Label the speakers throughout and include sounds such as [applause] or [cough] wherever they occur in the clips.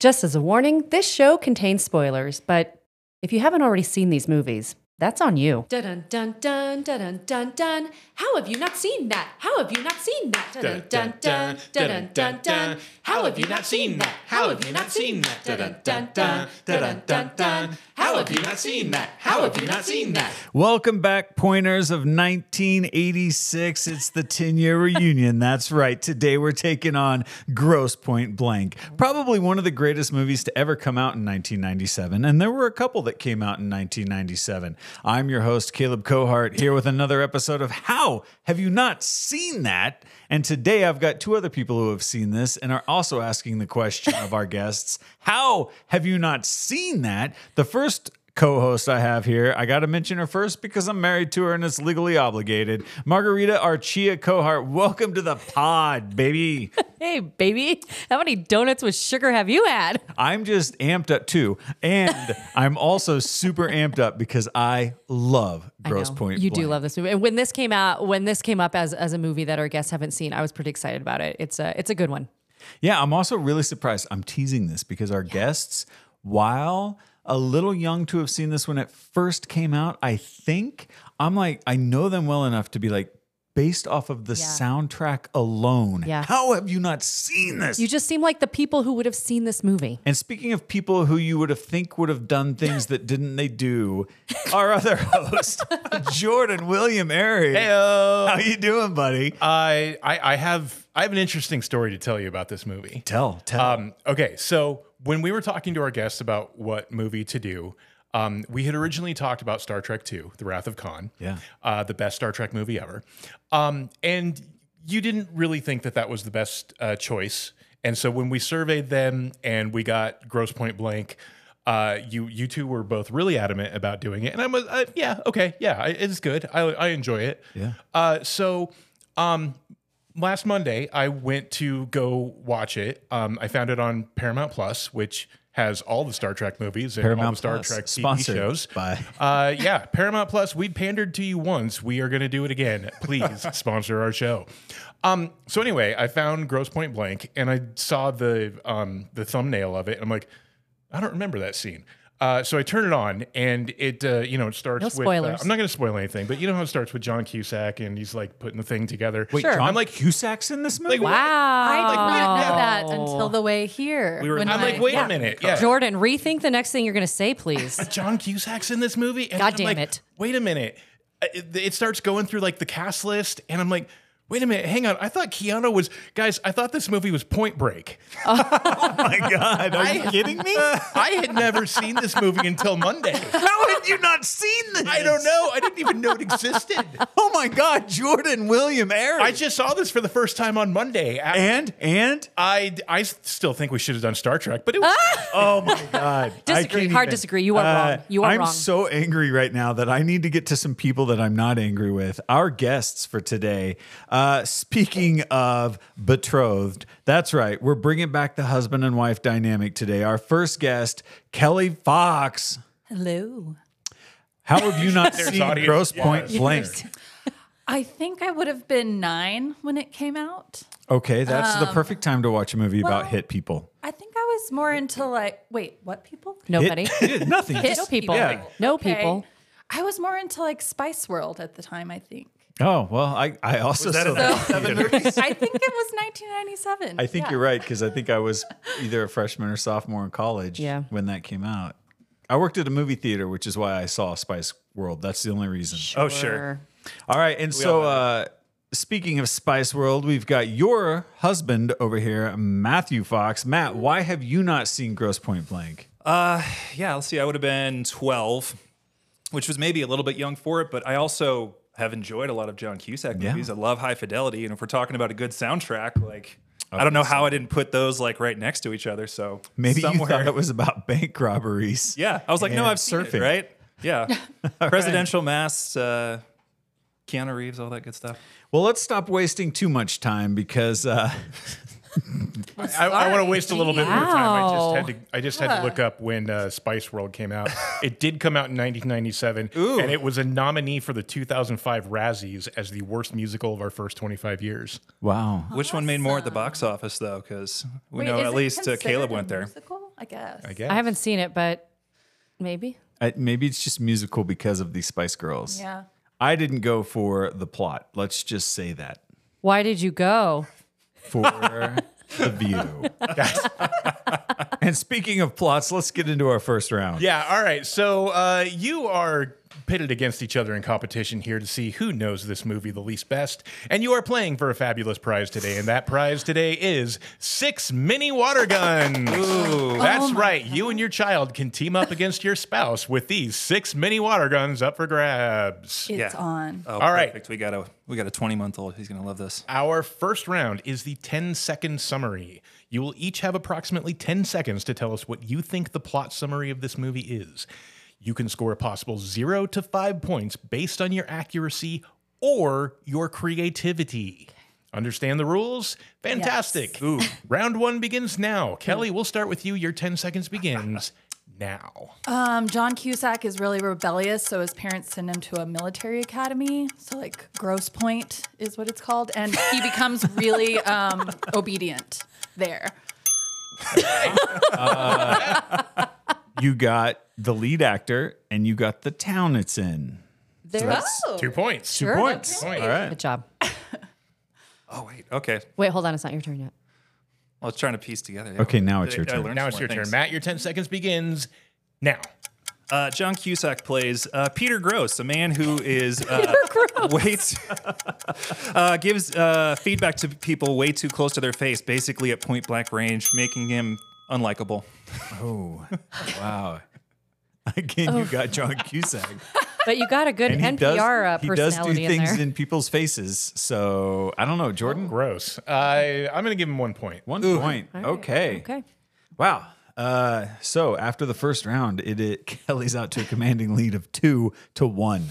Speaker 1: Just as a warning, this show contains spoilers, but if you haven't already seen these movies, that's on you.
Speaker 2: Dun dun dun dun dun dun dun dun. How have you not seen that? How have you not seen that? Dun dun dun dun dun dun dun. How have you not seen that? How have you not seen that? Dun dun dun dun dun dun dun. How have you not seen that? How have you not seen that?
Speaker 3: Welcome back, pointers of 1986. It's the 10 year reunion. That's right. Today we're taking on Gross Point Blank, probably one of the greatest movies to ever come out in 1997. And there were a couple that came out in 1997. I'm your host, Caleb Cohart, here with another episode of How Have You Not Seen That? And today I've got two other people who have seen this and are also asking the question of our guests How have you not seen that? The first co-host I have here. I got to mention her first because I'm married to her and it's legally obligated. Margarita Archia Cohart, welcome to the pod, baby.
Speaker 4: Hey, baby, how many donuts with sugar have you had?
Speaker 3: I'm just amped up too, and I'm also super amped up because I love Gross
Speaker 4: No,
Speaker 3: Point.
Speaker 4: You do
Speaker 3: Blank.
Speaker 4: love this movie. And when this came out, when this came up as, as a movie that our guests haven't seen, I was pretty excited about it. It's a, it's a good one.
Speaker 3: Yeah, I'm also really surprised. I'm teasing this because our guests, while a little young to have seen this when it first came out, I think I'm like, I know them well enough to be like, based off of the soundtrack alone,
Speaker 4: Yeah.
Speaker 3: how have you not seen this?
Speaker 4: You just seem like the people who would have seen this movie.
Speaker 3: and speaking of people who you would have think would have
Speaker 4: [laughs]
Speaker 3: done things that didn't they do, our other host, Jordan William Airy.
Speaker 5: Heyo. Uh,
Speaker 3: How you doing, buddy?
Speaker 5: I, I I have I have an interesting story to tell you about this movie.
Speaker 3: Tell, tell.
Speaker 5: Um, okay, so when we were talking to our guests about what movie to do, um, we had originally talked about Star Trek II, The Wrath of Khan.
Speaker 3: Yeah.
Speaker 5: uh, the best Star Trek movie ever. Um, and you didn't really think that that was the best uh, choice. And so when we surveyed them and we got Gross Point Blank, uh, you you two were both really adamant about doing it. And I was, uh, yeah, okay, yeah, I- it's good. I, I enjoy it.
Speaker 3: Yeah.
Speaker 5: Uh, so um, last Monday, I went to go watch it. Um, I found it on Paramount Plus, which has all the Star Trek movies and all
Speaker 3: Paramount
Speaker 5: the Star
Speaker 3: Plus,
Speaker 5: Trek TV
Speaker 3: sponsored
Speaker 5: shows.
Speaker 3: by-
Speaker 5: Uh, yeah, Paramount Plus. We pandered to you once. We are going to do it again.
Speaker 3: [laughs]
Speaker 5: Please sponsor our show. Um, so anyway, I found Gross Point Blank, and I saw the um, the thumbnail of it. And I'm like, I don't remember that scene. Uh, so I turn it on, and it uh, you know it starts
Speaker 4: No
Speaker 5: with. uh,
Speaker 4: spoilers.
Speaker 5: I'm not going to spoil anything, but you know how it starts with John Cusack, and he's like putting the thing together.
Speaker 3: Wait,
Speaker 4: sure.
Speaker 3: John
Speaker 5: I'm like-
Speaker 3: Cusack's in this movie?
Speaker 5: Like,
Speaker 4: Wow. Oh.
Speaker 5: like, wait, yeah.
Speaker 4: that
Speaker 1: until
Speaker 4: the way here.
Speaker 5: I'm like, wait a minute, yeah.
Speaker 4: Jordan, rethink the next thing you're going to say,
Speaker 3: [laughs]
Speaker 4: please.
Speaker 5: John Cusack's in this movie. And
Speaker 4: God
Speaker 5: I'm
Speaker 4: damn
Speaker 5: like,
Speaker 4: it.
Speaker 5: Wait a minute. Uh, It, it starts going through like the cast list, and I'm like, wait a minute, hang on. I thought Keanu was guys. I thought this movie was Point Break.
Speaker 3: Oh my God.
Speaker 4: [laughs]
Speaker 3: Are you kidding me?
Speaker 5: I had never seen this movie until Monday.
Speaker 3: How have you not seen this?
Speaker 5: I don't know. I didn't even know it existed.
Speaker 3: Oh my God, Jordan William Aaron.
Speaker 5: I just saw this for the first time on Monday. I-
Speaker 3: and and
Speaker 5: I, I still think we should have done Star Trek, but it was,
Speaker 3: oh [laughs] my God, I
Speaker 4: Disagree.
Speaker 3: can't Uh,
Speaker 4: Hard disagree. You are wrong. You are
Speaker 3: I'm
Speaker 4: wrong.
Speaker 3: so angry right now that I need to get to some people that I'm not angry with. Our guests for today. Uh, speaking of betrothed, that's right. We're bringing back the husband and wife dynamic today. Our first guest, Kelly Fox.
Speaker 6: Hello.
Speaker 3: How have you [laughs] not
Speaker 5: There's
Speaker 3: seen
Speaker 5: audience.
Speaker 3: Gross
Speaker 5: Yeah.
Speaker 3: Point Blank?
Speaker 6: [laughs] I think I would have been nine when it came out.
Speaker 3: Okay, that's
Speaker 4: Um,
Speaker 3: the perfect time to watch a movie about
Speaker 6: well,
Speaker 4: [laughs]
Speaker 3: hit people.
Speaker 6: I think I was more into like, wait, what people?
Speaker 4: Nobody.
Speaker 3: Hit, nothing.
Speaker 4: Hit
Speaker 3: Just-
Speaker 4: people.
Speaker 3: Yeah.
Speaker 4: No
Speaker 6: Okay.
Speaker 4: people.
Speaker 6: I was more into like Spice World at the time, I think.
Speaker 3: Oh well, I I also saw that.
Speaker 6: I think it was [laughs] 1997.
Speaker 3: I think
Speaker 6: Yeah.
Speaker 3: you're right because I think I was either a freshman or sophomore in college
Speaker 4: Yeah.
Speaker 3: when that came out. I worked at a movie theater, which is why I saw Spice World. That's the only reason.
Speaker 5: oh sure.
Speaker 3: All right, and so uh, speaking of Spice World, we've got your husband over here, Matthew Fox. Matt, why have you not seen Gross Point Blank?
Speaker 7: yeah, let's see. I would have been 12, which was maybe a little bit young for it, but I also have enjoyed a lot of John Cusack movies. I love High Fidelity, and if we're talking about a good soundtrack, like I don't know how I didn't put those like right next to each other. So
Speaker 3: Maybe you thought
Speaker 7: [laughs]
Speaker 3: it was about bank robberies.
Speaker 7: yeah, I was like, no,
Speaker 3: and
Speaker 7: I've seen it,
Speaker 3: surfing.
Speaker 7: right? Yeah, presidential masks, uh, Keanu Reeves, all that good stuff.
Speaker 3: Well, let's stop wasting too much time because uh,
Speaker 5: I, I want to waste a little bit more time. I
Speaker 4: Wow.
Speaker 5: just had to. I just had to look up when uh, Spice World came out. it did come out in 1997, and it was a nominee for the 2005 Razzies as the worst musical of our first 25 years.
Speaker 3: wow,
Speaker 7: Which one made more at the box office though? Because we
Speaker 6: Wait,
Speaker 7: know
Speaker 6: is
Speaker 7: at
Speaker 6: it
Speaker 7: least uh,
Speaker 6: considered
Speaker 7: Caleb
Speaker 6: a
Speaker 7: went there.
Speaker 6: musical? I guess.
Speaker 5: I guess.
Speaker 4: I haven't seen it, but maybe.
Speaker 3: I, maybe it's just musical because of the Spice Girls.
Speaker 6: Yeah.
Speaker 3: I didn't go for the plot. Let's just say that
Speaker 4: Why did you go? [laughs]
Speaker 3: for the view. and speaking of plots, let's get into our first round.
Speaker 5: Yeah, all right. So uh, you are pitted against each other in competition here to see who knows this movie the least best. And you are playing for a fabulous prize today. And that prize today is six mini water guns. That's right. You and your child can team up against your spouse with these six mini water guns up for grabs.
Speaker 6: It's on.
Speaker 7: Oh,
Speaker 5: All right.
Speaker 7: perfect. We got a we got a 20 month old. He's gonna love this.
Speaker 5: Our first round is the 10 second summary. You will each have approximately 10 seconds to tell us what you think the plot summary of this movie is. You can score a possible zero to five points based on your accuracy or your creativity. Understand the rules? Fantastic. Ooh. [laughs] Round one begins now. Kelly, we'll start with you. Your 10 seconds begins [laughs] now.
Speaker 6: Um, John Cusack is really rebellious, so his parents send him to a military academy. So like Gross Point is what it's called, and
Speaker 7: [laughs]
Speaker 6: he becomes really um, obedient there.
Speaker 3: You got the lead actor and you got the town it's in.
Speaker 4: There's
Speaker 5: Two points.
Speaker 4: Oh, Sure.
Speaker 3: Two points.
Speaker 5: Point.
Speaker 3: All right.
Speaker 4: Good job.
Speaker 7: Oh wait. Okay.
Speaker 4: Wait, hold on. It's not your turn yet.
Speaker 7: Well, I was trying to piece together.
Speaker 3: Okay, now it's your
Speaker 7: I
Speaker 3: turn.
Speaker 7: learned
Speaker 5: Now
Speaker 7: some
Speaker 5: it's
Speaker 7: more
Speaker 5: your turn.
Speaker 7: things.
Speaker 5: Matt, your 10 seconds begins now.
Speaker 7: Uh, John Cusack plays uh, Peter Gross, a man who is uh, [laughs] way too, uh, gives uh, feedback to people way too close to their face, basically at point blank range, making him unlikable.
Speaker 3: Wow. [laughs] Again, you got John Cusack.
Speaker 4: But you got a good
Speaker 3: And he
Speaker 4: NPR
Speaker 3: does,
Speaker 4: uh,
Speaker 3: he does do
Speaker 4: personality in
Speaker 3: things
Speaker 4: there. Oh,
Speaker 3: in people's faces. So I don't know, Jordan.
Speaker 5: Gross. I I'm going to give him one point.
Speaker 3: One point. Okay.
Speaker 4: okay.
Speaker 3: Wow. Uh, so after the first round, it, it [laughs] Kelly's out to a commanding lead of two to one.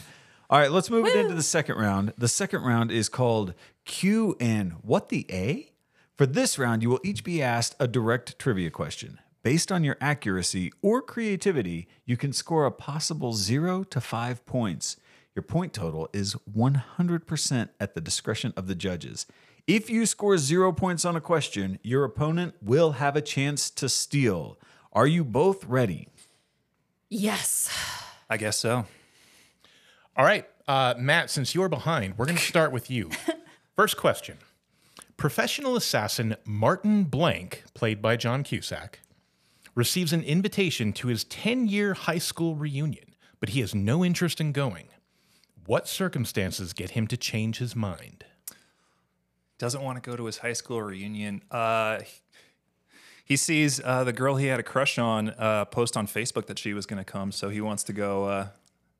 Speaker 3: All right, let's move it into the second round. The second round is called Q and What the A. For this round, you will each be asked a direct trivia question. Based on your accuracy or creativity, you can score a possible zero to five points. Your point total is 100% at the discretion of the judges. If you score zero points on a question, your opponent will have a chance to steal. Are you both ready?
Speaker 6: Yes.
Speaker 7: I guess so.
Speaker 5: All right, uh, Matt, since you're behind, we're going to start with you. First question Professional assassin Martin Blank, played by John Cusack, receives an invitation to his 10 year high school reunion, but he has no interest in going. What circumstances get him to change his mind?
Speaker 7: Doesn't want to go to his high school reunion. Uh, he sees uh, the girl he had a crush on uh, post on Facebook that she was going to come, so he wants to go uh,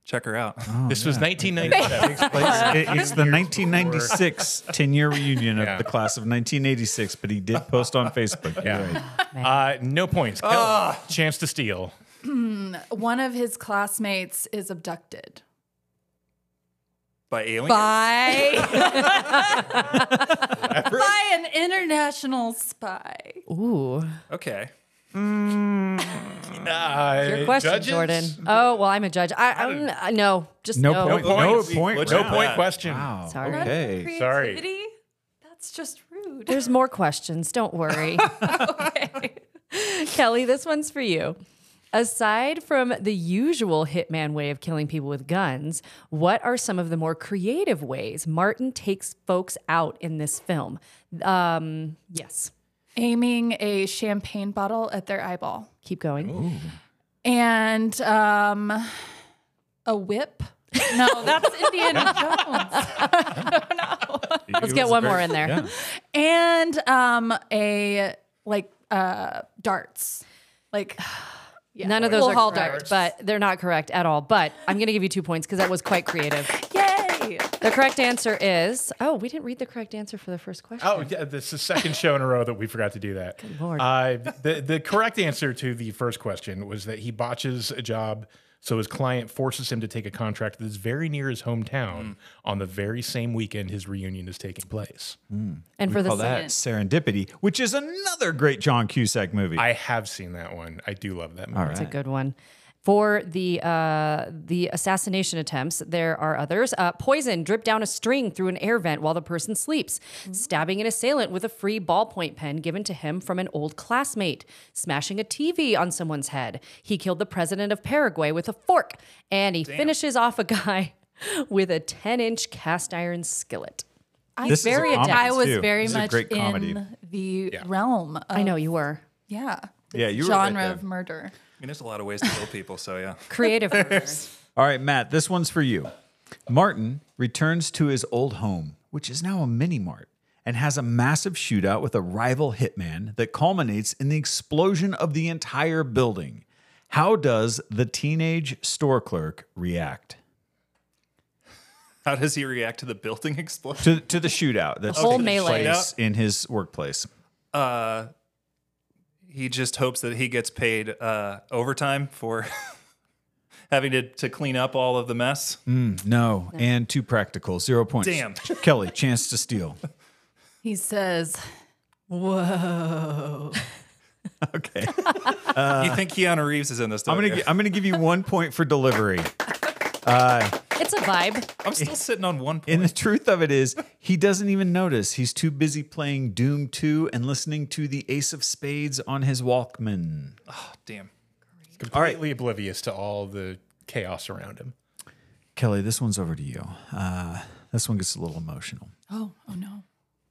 Speaker 7: check her out.
Speaker 3: Oh.
Speaker 5: this was
Speaker 3: [laughs]
Speaker 5: 1997.
Speaker 3: it's the 1996 10 year reunion of the class of 1986, but he did post on Facebook.
Speaker 5: Yeah. uh, no points. Kelly, Chance to steal.
Speaker 6: One of his classmates is
Speaker 7: [laughs]
Speaker 6: abducted.
Speaker 7: By aliens?
Speaker 6: By [laughs] by an international spy.
Speaker 4: Ooh.
Speaker 7: Okay.
Speaker 4: Your question,
Speaker 5: Uh, judges?
Speaker 4: Jordan. Oh, well, I'm a judge. I, I'm, I no, just
Speaker 3: No
Speaker 4: no.
Speaker 3: point.
Speaker 5: No
Speaker 3: No point.
Speaker 7: Let's
Speaker 5: No
Speaker 7: not.
Speaker 5: point question.
Speaker 3: Wow.
Speaker 4: Sorry.
Speaker 3: Okay.
Speaker 5: sorry.
Speaker 6: Creativity? That's just rude.
Speaker 4: There's more questions. Don't worry.
Speaker 3: [laughs]
Speaker 4: Kelly, this one's for you. Aside from the usual hitman way of killing people with guns, what are some of the more creative ways Martin takes folks out in this film? Um, yes,
Speaker 6: Aiming a champagne bottle at their eyeball.
Speaker 4: keep going.
Speaker 6: and um, a whip.
Speaker 4: [laughs]
Speaker 6: No, that's Indiana Jones.
Speaker 4: Let's get one more in there.
Speaker 6: And um, a like uh, darts, like
Speaker 4: [sighs]
Speaker 6: yeah.
Speaker 4: None of those
Speaker 6: We'll
Speaker 4: are
Speaker 6: haul
Speaker 4: correct, but they're not correct at all. But I'm going to give you two points because that was quite creative.
Speaker 6: Yay!
Speaker 4: The correct answer is oh, we didn't read the correct answer for the first question.
Speaker 5: Oh, yeah, this is the second show in a row that we forgot to do that. Good
Speaker 4: lord.
Speaker 5: Uh, the, the correct answer to the first question was that he botches a job, so his client forces him to take a contract that is very near his hometown on the very same weekend his reunion is taking place.
Speaker 4: and for the
Speaker 3: Call
Speaker 4: second,
Speaker 3: that serendipity, which is another great John Cusack movie.
Speaker 5: I have seen that one. I do love that movie.
Speaker 4: That's a good one. for the uh, the assassination attempts. There are others. Uh, poison dripped down a string through an air vent while the person sleeps. Stabbing an assailant with a free ballpoint pen given to him from an old classmate. Smashing a TV on someone's head. He killed the president of Paraguay with a fork, and he finishes off a guy [laughs] with a 10 inch cast iron skillet.
Speaker 3: This is a
Speaker 4: very
Speaker 3: comedy,
Speaker 4: adept.
Speaker 6: I was
Speaker 3: too.
Speaker 6: very
Speaker 3: This is a
Speaker 6: much
Speaker 3: great comedy.
Speaker 6: in the realm. Of,
Speaker 4: I know you were
Speaker 6: Yeah.
Speaker 3: Yeah, you were right
Speaker 6: genre
Speaker 3: there.
Speaker 6: of murder.
Speaker 7: I mean, there's a lot of ways to kill people, so yeah.
Speaker 4: creative. murders.
Speaker 3: All right, Matt, this one's for you. Martin returns to his old home, which is now a mini mart, and has a massive shootout with a rival hitman that culminates in the explosion of the entire building. How does the teenage store clerk react
Speaker 7: How does he react to the building [laughs] explosion?
Speaker 3: to, to the shootout that's
Speaker 4: whole
Speaker 3: taking
Speaker 4: melee.
Speaker 3: place in his workplace?
Speaker 7: He just hopes that he gets paid uh, overtime for [laughs] having to, to clean up all of the mess.
Speaker 3: No, and two practical, zero points.
Speaker 7: Damn.
Speaker 3: Kelly, chance to steal.
Speaker 6: He says, "Whoa."
Speaker 3: Okay.
Speaker 7: you think Keanu Reeves is in this?
Speaker 3: Uh, I'm
Speaker 7: don't
Speaker 3: gonna
Speaker 7: you?
Speaker 3: gi- I'm gonna give you one point for delivery.
Speaker 4: It's a vibe.
Speaker 3: [laughs]
Speaker 7: I'm still sitting on one point.
Speaker 3: And the truth of it is, he doesn't even notice. He's too busy playing Doom 2 and listening to the Ace of Spades on his Walkman.
Speaker 7: Damn.
Speaker 5: Completely oblivious to all the chaos around him.
Speaker 3: Kelly, this one's over to you. Uh, this one gets a little emotional.
Speaker 6: Oh, oh no.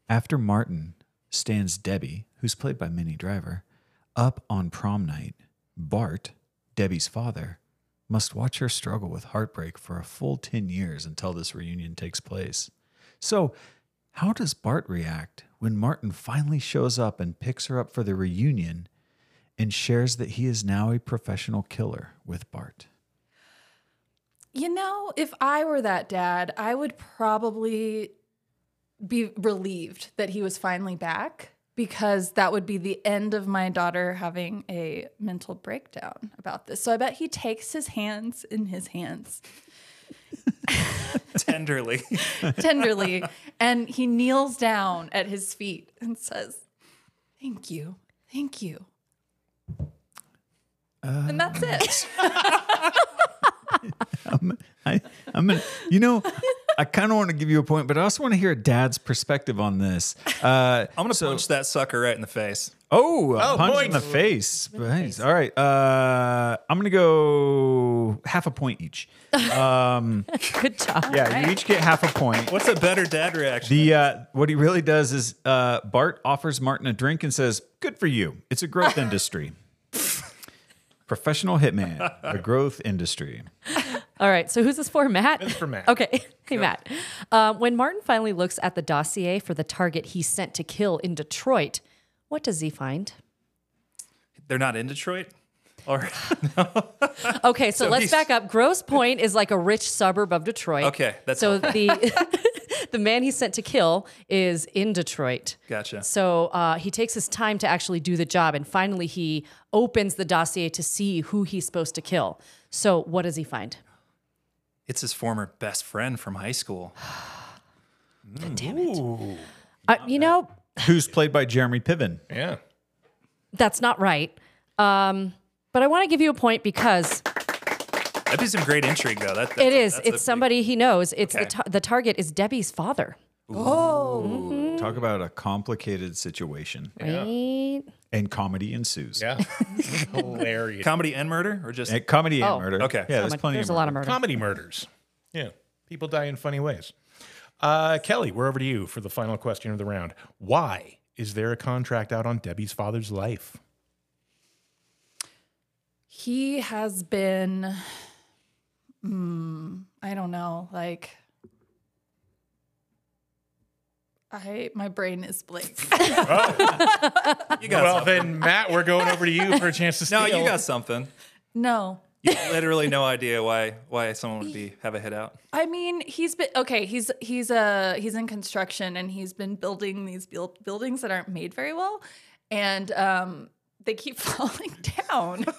Speaker 3: After Martin stands Debbie, who's played by Minnie Driver, up on prom night, Bart, Debbie's father, must watch her struggle with heartbreak for a full 10 years until this reunion takes place. So, how does Bart react when Martin finally shows up and picks her up for the reunion and shares that he is now a professional killer with Bart?
Speaker 6: You know, if I were that dad, I would probably be relieved that he was finally back because that would be the end of my daughter having a mental breakdown about this. So I bet he takes his hands in his hands
Speaker 7: Tenderly. [laughs]
Speaker 6: tenderly and he kneels down at his feet and says, Thank you. Thank you. and that's it.
Speaker 3: I, I'm gonna, you know, I kind of want to give you a point, but I also want to hear a dad's perspective on this. Uh,
Speaker 7: I'm gonna punch that sucker right in the face.
Speaker 3: oh, a
Speaker 5: Oh,
Speaker 3: punch in
Speaker 5: points.
Speaker 3: the face. Nice. All right. Uh, I'm going to go half a point each.
Speaker 4: Good job.
Speaker 3: Yeah, you each get half a point.
Speaker 7: What's a better dad reaction?
Speaker 3: The uh, what he really does is uh, Bart offers Martin a drink and says, "Good for you. It's a
Speaker 4: [laughs]
Speaker 3: growth industry. Professional hitman, a growth industry."
Speaker 4: All right. So who's this for, Matt? It's
Speaker 5: for
Speaker 4: [laughs]
Speaker 5: Matt.
Speaker 4: Okay. Hey, Matt. Um, when Martin finally looks at the dossier for the target he sent to kill in Detroit, what does he find?
Speaker 7: They're not in Detroit. Or [sighs]
Speaker 4: Okay, so, let's
Speaker 7: he's-
Speaker 4: back up. Grosse Pointe is like a rich suburb of Detroit.
Speaker 7: Okay, that's
Speaker 4: so the the [laughs] man he sent to kill is in Detroit.
Speaker 7: Gotcha.
Speaker 4: So uh, he takes his time to actually do the job, and finally he opens the dossier to see who he's supposed to kill. So what does he find?
Speaker 7: it's his former best friend from high school.
Speaker 4: Uh, you know,
Speaker 3: Who's played by Jeremy Piven?
Speaker 5: Yeah.
Speaker 4: that's not right. Um, but I want to give you a point because
Speaker 7: That'd be some great intrigue though. That, that's
Speaker 4: it
Speaker 7: a-
Speaker 4: is.
Speaker 7: that's a
Speaker 4: It's
Speaker 7: big-
Speaker 4: somebody he knows. It's the,
Speaker 7: Okay.
Speaker 4: ta- the target is Debbie's father.
Speaker 3: Talk about a complicated situation,
Speaker 4: Right?
Speaker 3: and comedy ensues.
Speaker 5: Yeah. Hilarious.
Speaker 7: comedy and murder, or just
Speaker 3: And comedy and
Speaker 4: Oh.
Speaker 3: murder.
Speaker 7: Okay.
Speaker 3: Yeah, there's
Speaker 4: There's,
Speaker 3: plenty.
Speaker 4: a
Speaker 3: of
Speaker 4: lot
Speaker 3: murder.
Speaker 4: of murder.
Speaker 5: Comedy murders. Yeah. People die in funny ways. Uh, Kelly, we're over to you for the final question of the round. Why is there a contract out on Debbie's father's life?
Speaker 6: He has been, mm, I don't know, like, I my brain is blank.
Speaker 7: you got
Speaker 5: well,
Speaker 7: something.
Speaker 5: then, Matt, we're going over to you for a chance to steal.
Speaker 7: no, you got something.
Speaker 6: no,
Speaker 7: You have literally no idea why why someone would be have a hit out.
Speaker 6: I mean he's been okay. He's he's uh he's in construction and he's been building these build, buildings that aren't made very well, and um they keep [laughs] falling down. [laughs]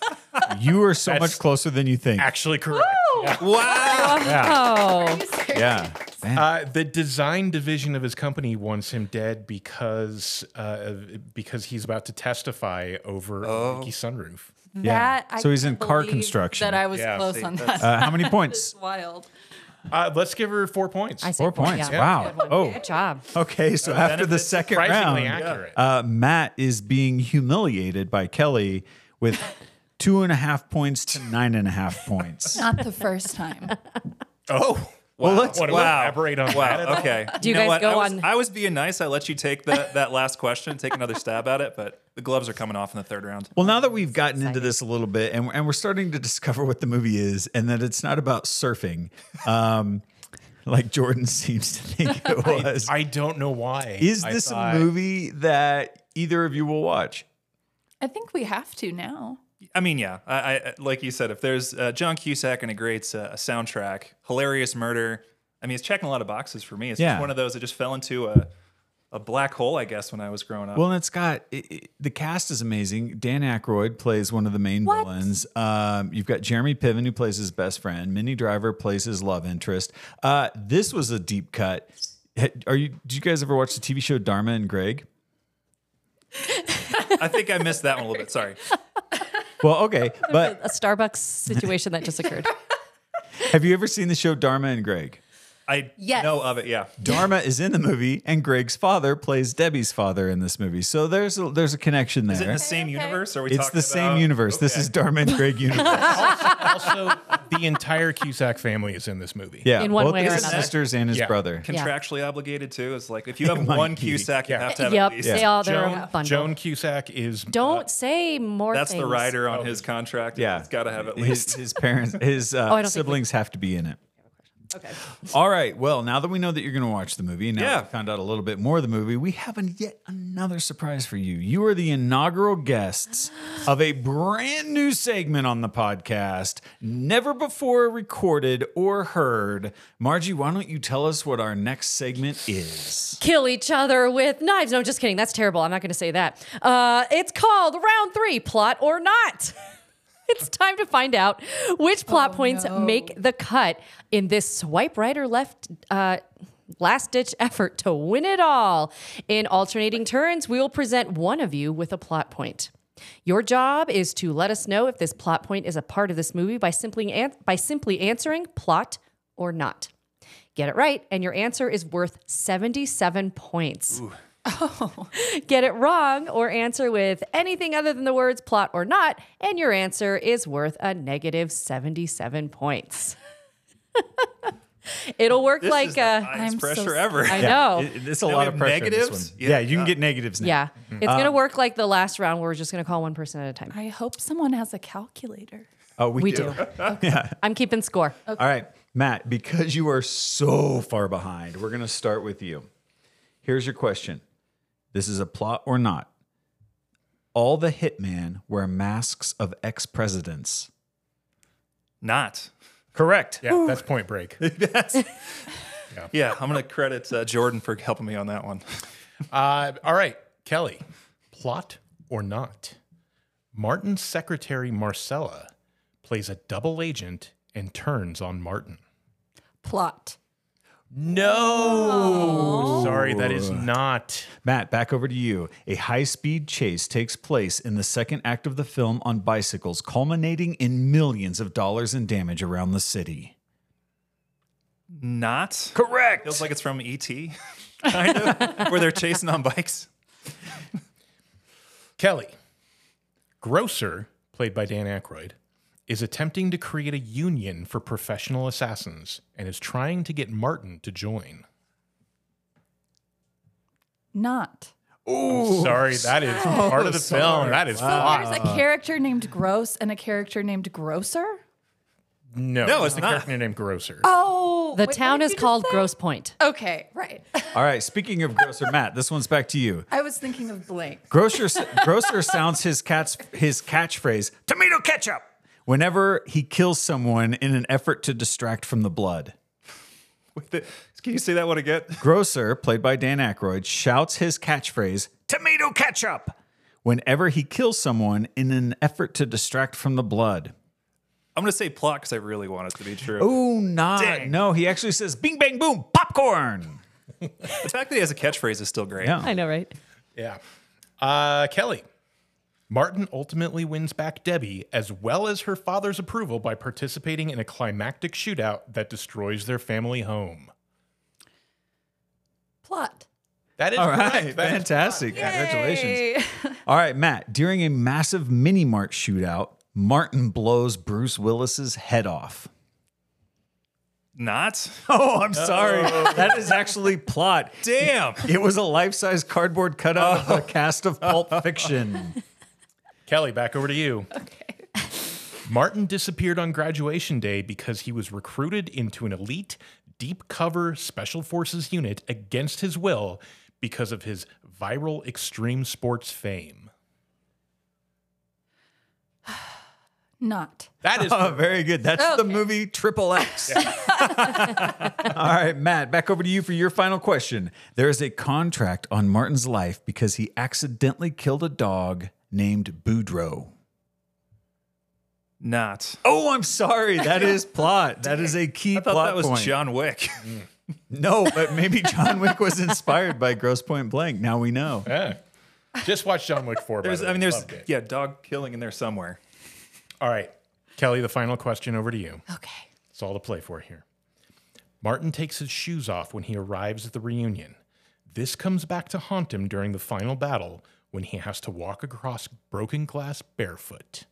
Speaker 3: You are so
Speaker 5: That's-
Speaker 3: much closer than you think.
Speaker 5: actually correct. Yeah.
Speaker 7: Wow.
Speaker 4: Oh,
Speaker 3: Yeah. Man.
Speaker 5: Uh, the design division of his company wants him dead
Speaker 7: Oh.
Speaker 5: because uh, because he's about to testify over a leaky sunroof.
Speaker 6: That I
Speaker 3: So he's in
Speaker 6: can't
Speaker 3: car
Speaker 6: believe
Speaker 3: construction.
Speaker 6: That I was
Speaker 5: Yeah,
Speaker 6: close
Speaker 5: see,
Speaker 6: on that.
Speaker 3: Uh,
Speaker 6: [laughs]
Speaker 3: how many points?
Speaker 6: It's wild.
Speaker 5: Uh, let's give her four points.
Speaker 4: I say
Speaker 3: Four
Speaker 4: four,
Speaker 3: points.
Speaker 4: yeah.
Speaker 3: Wow. Oh,
Speaker 4: Good job.
Speaker 3: okay. So after the
Speaker 7: benefits
Speaker 3: second
Speaker 5: surprisingly
Speaker 3: round,
Speaker 5: accurate.
Speaker 3: uh, Matt is being humiliated by Kelly with two and a half points to nine and a
Speaker 6: [laughs]
Speaker 3: half points.
Speaker 6: Not the first time.
Speaker 5: Oh,
Speaker 7: Well,
Speaker 5: wow.
Speaker 7: let's-
Speaker 5: Want to
Speaker 7: wow.
Speaker 5: elaborate on that?
Speaker 7: Wow. Okay.
Speaker 4: Do you
Speaker 7: know
Speaker 4: guys
Speaker 7: what?
Speaker 4: go
Speaker 7: I was,
Speaker 4: on-
Speaker 7: I was being nice. I let you take that that last question, take another stab at it, but the gloves are coming off in the third round.
Speaker 3: Well, now that we've gotten into this a little bit and, and we're starting to discover what the movie is and that it's not about surfing, um, like Jordan [laughs] seems to think it was,
Speaker 5: I don't know why.
Speaker 3: is
Speaker 5: I
Speaker 3: this
Speaker 5: thought-
Speaker 3: a movie that either of you will watch?
Speaker 6: I think we have to now.
Speaker 7: I mean, yeah. I, I like you said, if there's uh, John Cusack and a great uh, soundtrack, hilarious murder. I mean, it's checking a lot of boxes for me. It's
Speaker 3: Yeah.
Speaker 7: just one of those that just fell into a a black hole, I guess, when I was growing up.
Speaker 3: Well, and it's got it, it- the cast is amazing. Dan Aykroyd plays one of the main villains. Um, you've got Jeremy Piven who plays his best friend. Minnie Driver plays his love interest. Uh, this was a deep cut. Ha- Are you? Did you guys ever watch the TV show Dharma and Greg?
Speaker 7: I think I missed that one a little bit. Sorry.
Speaker 3: Well,
Speaker 4: [laughs]
Speaker 3: okay, but
Speaker 4: A Starbucks situation that just
Speaker 7: [laughs]
Speaker 4: occurred.
Speaker 3: have you ever seen the show Dharma and Greg?
Speaker 7: I
Speaker 6: Yes.
Speaker 7: know of it. Yeah.
Speaker 3: Dharma is in the movie, and Greg's father plays Debbie's father in this movie. So there's a, there's a connection there.
Speaker 7: Is it in the same universe? Are we
Speaker 3: it's
Speaker 7: talking
Speaker 3: the same
Speaker 7: about-
Speaker 3: universe. This
Speaker 7: Okay.
Speaker 3: is Dharma and
Speaker 4: [laughs]
Speaker 3: Greg universe.
Speaker 5: also the entire Cusack family is in this movie.
Speaker 3: Yeah,
Speaker 4: In one
Speaker 3: both
Speaker 4: way or
Speaker 3: his
Speaker 4: another.
Speaker 3: sisters and his
Speaker 5: Yeah.
Speaker 3: brother.
Speaker 7: contractually obligated to. It's
Speaker 3: [laughs]
Speaker 7: like if you have one
Speaker 3: Monkey.
Speaker 7: Cusack, you have to have
Speaker 4: Yep.
Speaker 7: at least.
Speaker 4: They all they're a
Speaker 5: Joan,
Speaker 4: bundle.
Speaker 5: Joan Cusack is
Speaker 4: Don't say more.
Speaker 7: uh, That's the
Speaker 4: things.
Speaker 7: rider on his contract.
Speaker 3: Oh. Yeah,
Speaker 7: it's got to
Speaker 3: [laughs]
Speaker 7: have at
Speaker 3: His-
Speaker 7: least.
Speaker 3: his,
Speaker 7: [laughs]
Speaker 3: parents, his uh,
Speaker 4: don't think we-
Speaker 3: siblings have to be in it. Okay. All right. Well, now that we know that you're going to watch the movie, now
Speaker 7: Yeah.
Speaker 3: yeah. we found out a little bit more of the movie, we have an, yet another surprise for you. You are the inaugural guests of a brand new segment on the podcast, never before recorded or heard. Margie, why don't you tell us what our next segment is?
Speaker 4: Kill each other with knives. No, just kidding. That's terrible. I'm not going to say that. Uh, it's called round three, plot or not. [laughs] it's time to find out which plot points make the cut in this swipe right or left uh, last ditch [laughs] effort to win it all. In alternating turns, we will present one of you with a plot point. Your job is to let us know if this plot point is a part of this movie by simply an- by simply answering plot or not. Get it right, and your answer is worth 77 points. [laughs] Get it wrong, or answer with anything other than the words plot or not, and your answer is worth a negative 77 points. [laughs] It'll work
Speaker 7: This
Speaker 4: like
Speaker 7: is the
Speaker 4: uh,
Speaker 7: highest
Speaker 6: I'm so
Speaker 7: pressure
Speaker 6: sorry.
Speaker 7: ever.
Speaker 4: I know.
Speaker 3: It- it's a
Speaker 7: Now we
Speaker 3: lot
Speaker 7: have
Speaker 3: of pressure. in this
Speaker 7: negatives?
Speaker 3: one.
Speaker 7: Yeah.
Speaker 3: Yeah, you can get negatives now.
Speaker 4: Oh. yeah, it's gonna work like the last round where we're just gonna call one person at a time.
Speaker 6: I hope someone has a calculator.
Speaker 3: Oh, we,
Speaker 4: We
Speaker 3: do.
Speaker 4: do. I'm keeping score.
Speaker 3: All right, Matt, because you are so far behind, we're going to start with you. Here's your question This is a plot or not? All the hitmen wear masks of ex presidents.
Speaker 7: Not.
Speaker 3: Correct.
Speaker 5: Yeah, that's Point Break.
Speaker 7: Yeah, [laughs] I'm gonna credit uh, Jordan for helping me on that one.
Speaker 5: Uh, all right, Kelly, plot or not? Martin's secretary Marcella plays a double agent and turns on Martin.
Speaker 6: Plot.
Speaker 5: No, sorry, that is not.
Speaker 3: Matt, back over to you. A high speed chase takes place in the second act of the film on bicycles, culminating in millions of dollars in damage around the city.
Speaker 7: Not.
Speaker 3: Correct.
Speaker 7: Feels like it's from E ET, [laughs]
Speaker 4: [laughs]
Speaker 7: kind of, where they're chasing on bikes.
Speaker 5: Kelly, Grocer, played by Dan Aykroyd, is attempting to create a union for professional assassins and is trying to get Martin to join.
Speaker 6: Not.
Speaker 5: Sorry, that is part of the film. That
Speaker 4: Oh,
Speaker 5: is plot.
Speaker 6: Oh, There's
Speaker 4: uh,
Speaker 6: a character named Gross and a character named Grocer.
Speaker 5: No,
Speaker 7: No, it's
Speaker 5: the
Speaker 7: not.
Speaker 5: character named Grocer.
Speaker 6: Oh,
Speaker 4: The town is called Gross Point.
Speaker 6: Okay, right.
Speaker 3: All right, speaking of Grocer, Matt, this one's back to you.
Speaker 6: I was thinking of blank.
Speaker 3: Grocer Grocer sounds his cat's his catchphrase "tomato ketchup" whenever he kills someone in an effort to distract from the blood.
Speaker 7: With the- Can you say that one again?
Speaker 3: Grocer, played by Dan Aykroyd, shouts his catchphrase "tomato ketchup" whenever he kills someone in an effort to distract from the blood.
Speaker 7: I'm gonna say plot because I really want it to be true.
Speaker 3: Oh, not
Speaker 7: Dang.
Speaker 3: no! He actually says "bing bang boom popcorn."
Speaker 7: The fact that he has a catchphrase is still great.
Speaker 3: Yeah.
Speaker 4: I know, right?
Speaker 5: yeah. Uh, Kelly, Martin ultimately wins back Debbie, as well as her father's approval, by participating in a climactic shootout that destroys their family home.
Speaker 6: Plot.
Speaker 5: That is
Speaker 3: All
Speaker 5: correct.
Speaker 3: right,
Speaker 5: That is-
Speaker 3: fantastic. Congratulations.
Speaker 6: Hey.
Speaker 3: [laughs] All right, Matt, during a massive mini mart shootout, Martin blows Bruce Willis's head off.
Speaker 7: Not? [laughs]
Speaker 3: Oh, I'm sorry. That is actually plot.
Speaker 7: Damn. Oh.
Speaker 3: It was a life size cardboard cutout of a cast of Pulp
Speaker 7: [laughs]
Speaker 3: Fiction.
Speaker 5: Kelly, back over to you. Okay. Martin disappeared on graduation day because he was recruited into an elite, deep cover special forces unit against his will because of his viral extreme sports fame.
Speaker 6: Not.
Speaker 5: That is
Speaker 3: Oh, very good. That's the movie Triple X. [laughs] All right, Matt, back over to you for your final question. There is a contract on Martin's life because he accidentally killed a dog named Boudreaux.
Speaker 7: Not.
Speaker 3: Oh, I'm sorry. That is plot. That is a key
Speaker 7: I thought
Speaker 3: plot
Speaker 7: that was
Speaker 3: point.
Speaker 7: John Wick. [laughs]
Speaker 3: No, but maybe John Wick was inspired by Gross Point Blank. Now we know.
Speaker 5: Yeah. Ah. Just watch John Wick 4. by
Speaker 7: there's,
Speaker 5: the
Speaker 7: I
Speaker 5: way.
Speaker 7: mean, there's,
Speaker 5: Loved it.
Speaker 7: yeah, dog killing in there somewhere.
Speaker 5: All right. Kelly, the final question over to you.
Speaker 6: Okay.
Speaker 5: It's all to play for here. Martin takes his shoes off when he arrives at the reunion. This comes back to haunt him during the final battle when he has to walk across broken glass barefoot.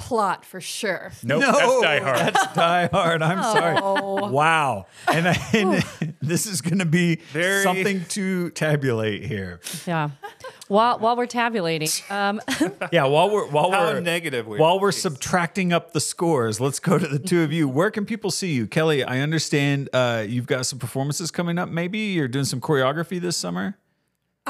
Speaker 6: Plot for sure.
Speaker 5: Nope,
Speaker 3: No,
Speaker 5: that's Die Hard.
Speaker 3: That's Die Hard. I'm sorry. Wow. And, I, and this is going to be
Speaker 7: Very-
Speaker 3: something to tabulate here.
Speaker 4: Yeah. While while we're tabulating, um,
Speaker 3: Yeah. While we're while
Speaker 7: How
Speaker 3: we're
Speaker 7: negative we are.
Speaker 3: while we're subtracting up the scores, let's go to the two of you. Where can people see you, Kelly? I understand uh, you've got some performances coming up. Maybe you're doing some choreography this summer.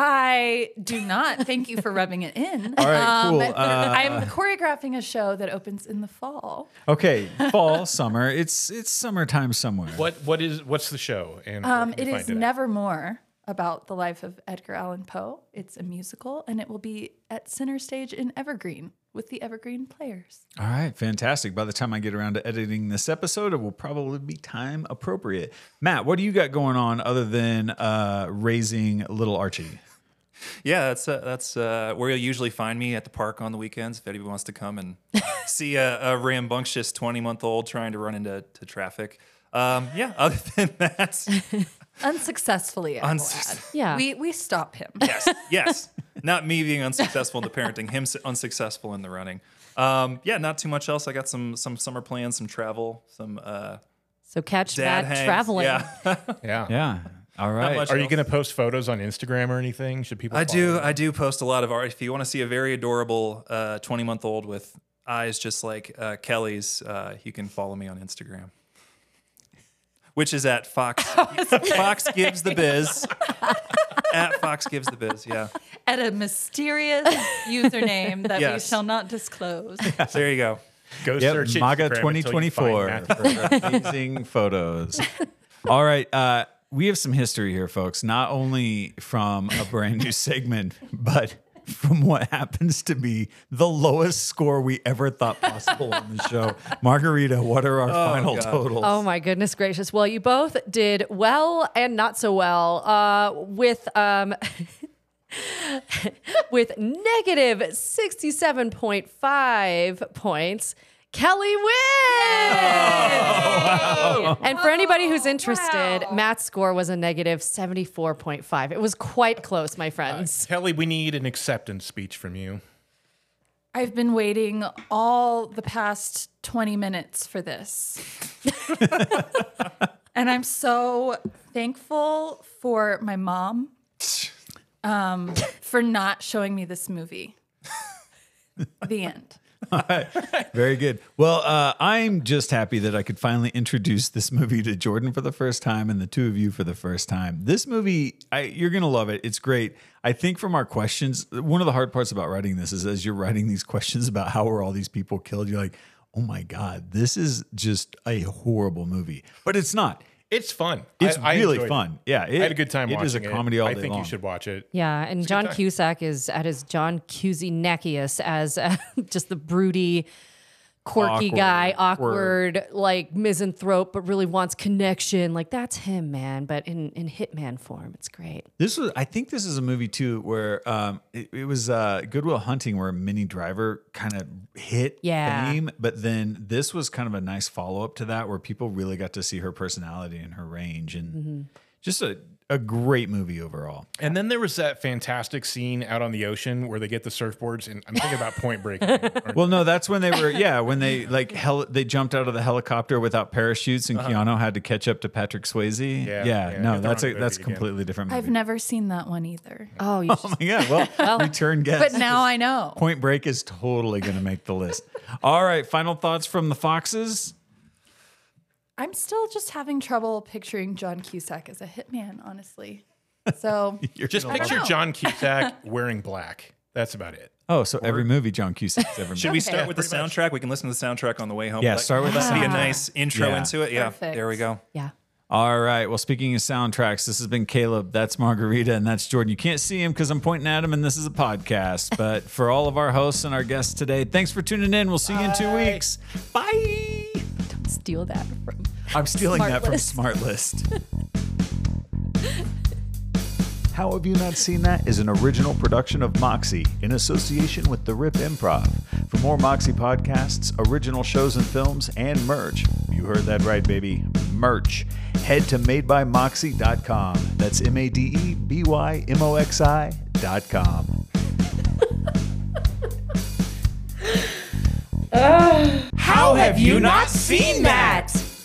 Speaker 6: I do not. Thank you for rubbing
Speaker 4: [laughs]
Speaker 6: it in. Um,
Speaker 3: All right, cool. Uh,
Speaker 6: I'm choreographing a show that opens in the fall.
Speaker 3: Okay, fall, summer. It's it's summertime somewhere.
Speaker 5: What what is what's the show? And where
Speaker 6: Um,
Speaker 5: can
Speaker 6: it
Speaker 5: we
Speaker 6: is
Speaker 5: find at?
Speaker 6: Nevermore about the life of Edgar Allan Poe. It's a musical and it will be at Center Stage in Evergreen with the Evergreen Players.
Speaker 3: All right, fantastic. By the time I get around to editing this episode, it will probably be time appropriate. Matt, what do you got going on other than uh, raising little Archie?
Speaker 7: Yeah, that's uh, that's uh, where you'll usually find me at the park on the weekends if anybody wants to come and see a, a rambunctious twenty month old trying to run into to traffic. Um, yeah, [laughs] other than that,
Speaker 6: Unsuccessfully, I will
Speaker 7: Unsuc-
Speaker 6: add.
Speaker 4: Yeah.
Speaker 6: We, we stop him.
Speaker 7: yes, yes, not me being unsuccessful in the parenting, him s- unsuccessful in the running. Um, yeah, not too much else. I got some some summer plans, some travel, some uh,
Speaker 4: so catch
Speaker 7: dad
Speaker 4: that
Speaker 7: hangs.
Speaker 4: traveling.
Speaker 7: Yeah,
Speaker 5: Yeah.
Speaker 3: Yeah. All right.
Speaker 7: much
Speaker 5: Are you
Speaker 7: else.
Speaker 5: gonna post photos on Instagram or anything? Should people
Speaker 7: I
Speaker 5: follow
Speaker 7: do.
Speaker 5: you?
Speaker 7: I do post a lot of art. If you want to see a very adorable uh, twenty-month-old with eyes just like uh, Kelly's, uh, you can follow me on Instagram, which is
Speaker 3: [laughs]
Speaker 7: at Fox. Fox gives the biz. at Fox gives the biz. Yeah.
Speaker 6: [laughs] At a mysterious username that we
Speaker 7: Yes.
Speaker 6: shall not disclose.
Speaker 7: So there you go.
Speaker 5: go
Speaker 3: Yep,
Speaker 5: search
Speaker 3: MAGA
Speaker 5: Instagram until you find
Speaker 3: 2024
Speaker 5: Matt
Speaker 3: for
Speaker 5: Berger.
Speaker 3: [laughs] amazing photos. All right. Uh, we have some history here, folks, not only from a brand new segment, but from what happens to be the lowest score we ever thought possible on the [laughs] show. Margarita, what are our final
Speaker 7: God.
Speaker 3: totals?
Speaker 4: Oh my goodness gracious! Well, you both did well and not so well uh, with um, [laughs] with negative sixty seven point five points. Kelly wins. And for anybody who's interested, Matt's score was a negative seventy four point five. It was quite close, my friends.
Speaker 5: [laughs] Kelly, we need an acceptance speech from you.
Speaker 6: I've been waiting all the past 20 minutes
Speaker 4: [laughs]
Speaker 6: for this. and I'm so thankful for my mom um, for not showing me this movie. the end.
Speaker 3: Very good. Well, uh, I'm just happy that I could finally introduce this movie to Jordan for the first time and the two of you for the first time. This movie, I, you're going to love it. It's great. I think from our questions, one of the hard parts about writing this is as you're writing these questions about how were all these people killed, you're like, oh my God, this is just a horrible movie. But it's not.
Speaker 5: It's fun.
Speaker 3: It's
Speaker 5: I- I
Speaker 3: really
Speaker 5: enjoyed it.
Speaker 3: fun. Yeah. It,
Speaker 5: I had a good time
Speaker 3: It
Speaker 5: watching
Speaker 3: is a comedy all
Speaker 5: I
Speaker 3: day
Speaker 5: think
Speaker 3: long.
Speaker 5: you should watch it.
Speaker 4: Yeah, and John [laughs] Cusack is at his John Cusineckius as uh, just the broody, quirky
Speaker 3: Awkward,
Speaker 4: guy,
Speaker 3: awkward.
Speaker 4: awkward, like misanthrope, but really wants connection. Like that's him, man. But in in hitman form, it's great.
Speaker 3: This was, I think, this is a movie too where um, it, it was uh, Goodwill Hunting, where Minnie Driver kind of hit
Speaker 4: Yeah.
Speaker 3: fame, but then this was kind of a nice follow up to that, where people really got to see her personality and her range, and
Speaker 6: Mm-hmm.
Speaker 3: just a, a great movie overall.
Speaker 5: And then there was that fantastic scene out on the ocean where they get the surfboards, and I'm thinking about Point Break. Or-
Speaker 3: Well, no, that's when
Speaker 6: [laughs]
Speaker 3: they were, yeah, when they like hell, they jumped out of the helicopter without parachutes, and Keanu had to catch up to Patrick Swayze.
Speaker 5: Uh-huh. Yeah, yeah,
Speaker 3: no,
Speaker 5: get the
Speaker 3: that's
Speaker 5: wrong
Speaker 3: a
Speaker 5: movie
Speaker 3: that's a
Speaker 5: again.
Speaker 3: completely different movie.
Speaker 6: I've never seen that one either.
Speaker 4: Oh, you
Speaker 3: [laughs] Oh my god!
Speaker 6: [laughs]
Speaker 3: Well, return guest.
Speaker 6: But now I know.
Speaker 3: Point Break is totally going to make the list. [laughs] All right, final thoughts from the Foxes.
Speaker 6: I'm still just having trouble picturing John Cusack as a hitman, honestly. So
Speaker 5: Just
Speaker 6: don't
Speaker 5: picture
Speaker 6: know.
Speaker 5: John Cusack wearing black. That's about it.
Speaker 3: Oh, so every movie John Cusack's [laughs] ever
Speaker 7: Should
Speaker 3: made.
Speaker 7: we start
Speaker 6: Yeah,
Speaker 7: with the soundtrack? We can listen to the soundtrack on the way home.
Speaker 3: Yeah,
Speaker 7: Like,
Speaker 3: start with the
Speaker 7: that'd be a
Speaker 3: soundtrack.
Speaker 7: nice intro
Speaker 3: Yeah.
Speaker 7: into it. Yeah,
Speaker 6: Perfect.
Speaker 7: there we go.
Speaker 4: yeah.
Speaker 3: All right. Well, speaking of soundtracks, this has been Caleb. That's Margarita, and that's Jordan. You can't see him because I'm pointing at him, and this is a [laughs] podcast. But for all of our hosts and our guests today, thanks for tuning in. We'll see you in two weeks. Bye.
Speaker 4: [laughs] Steal that from.
Speaker 3: I'm stealing
Speaker 4: Smart
Speaker 3: that from
Speaker 4: List.
Speaker 3: Smart List. [laughs] How Have You Not Seen That is an original production of Moxie in association with The Rip Improv. For more Moxie podcasts, original shows and films, and merch, you heard that right, baby, merch, head to madebymoxie.com. That's M A D E B Y M O X I.com.
Speaker 5: How have you not seen that?
Speaker 4: Matt.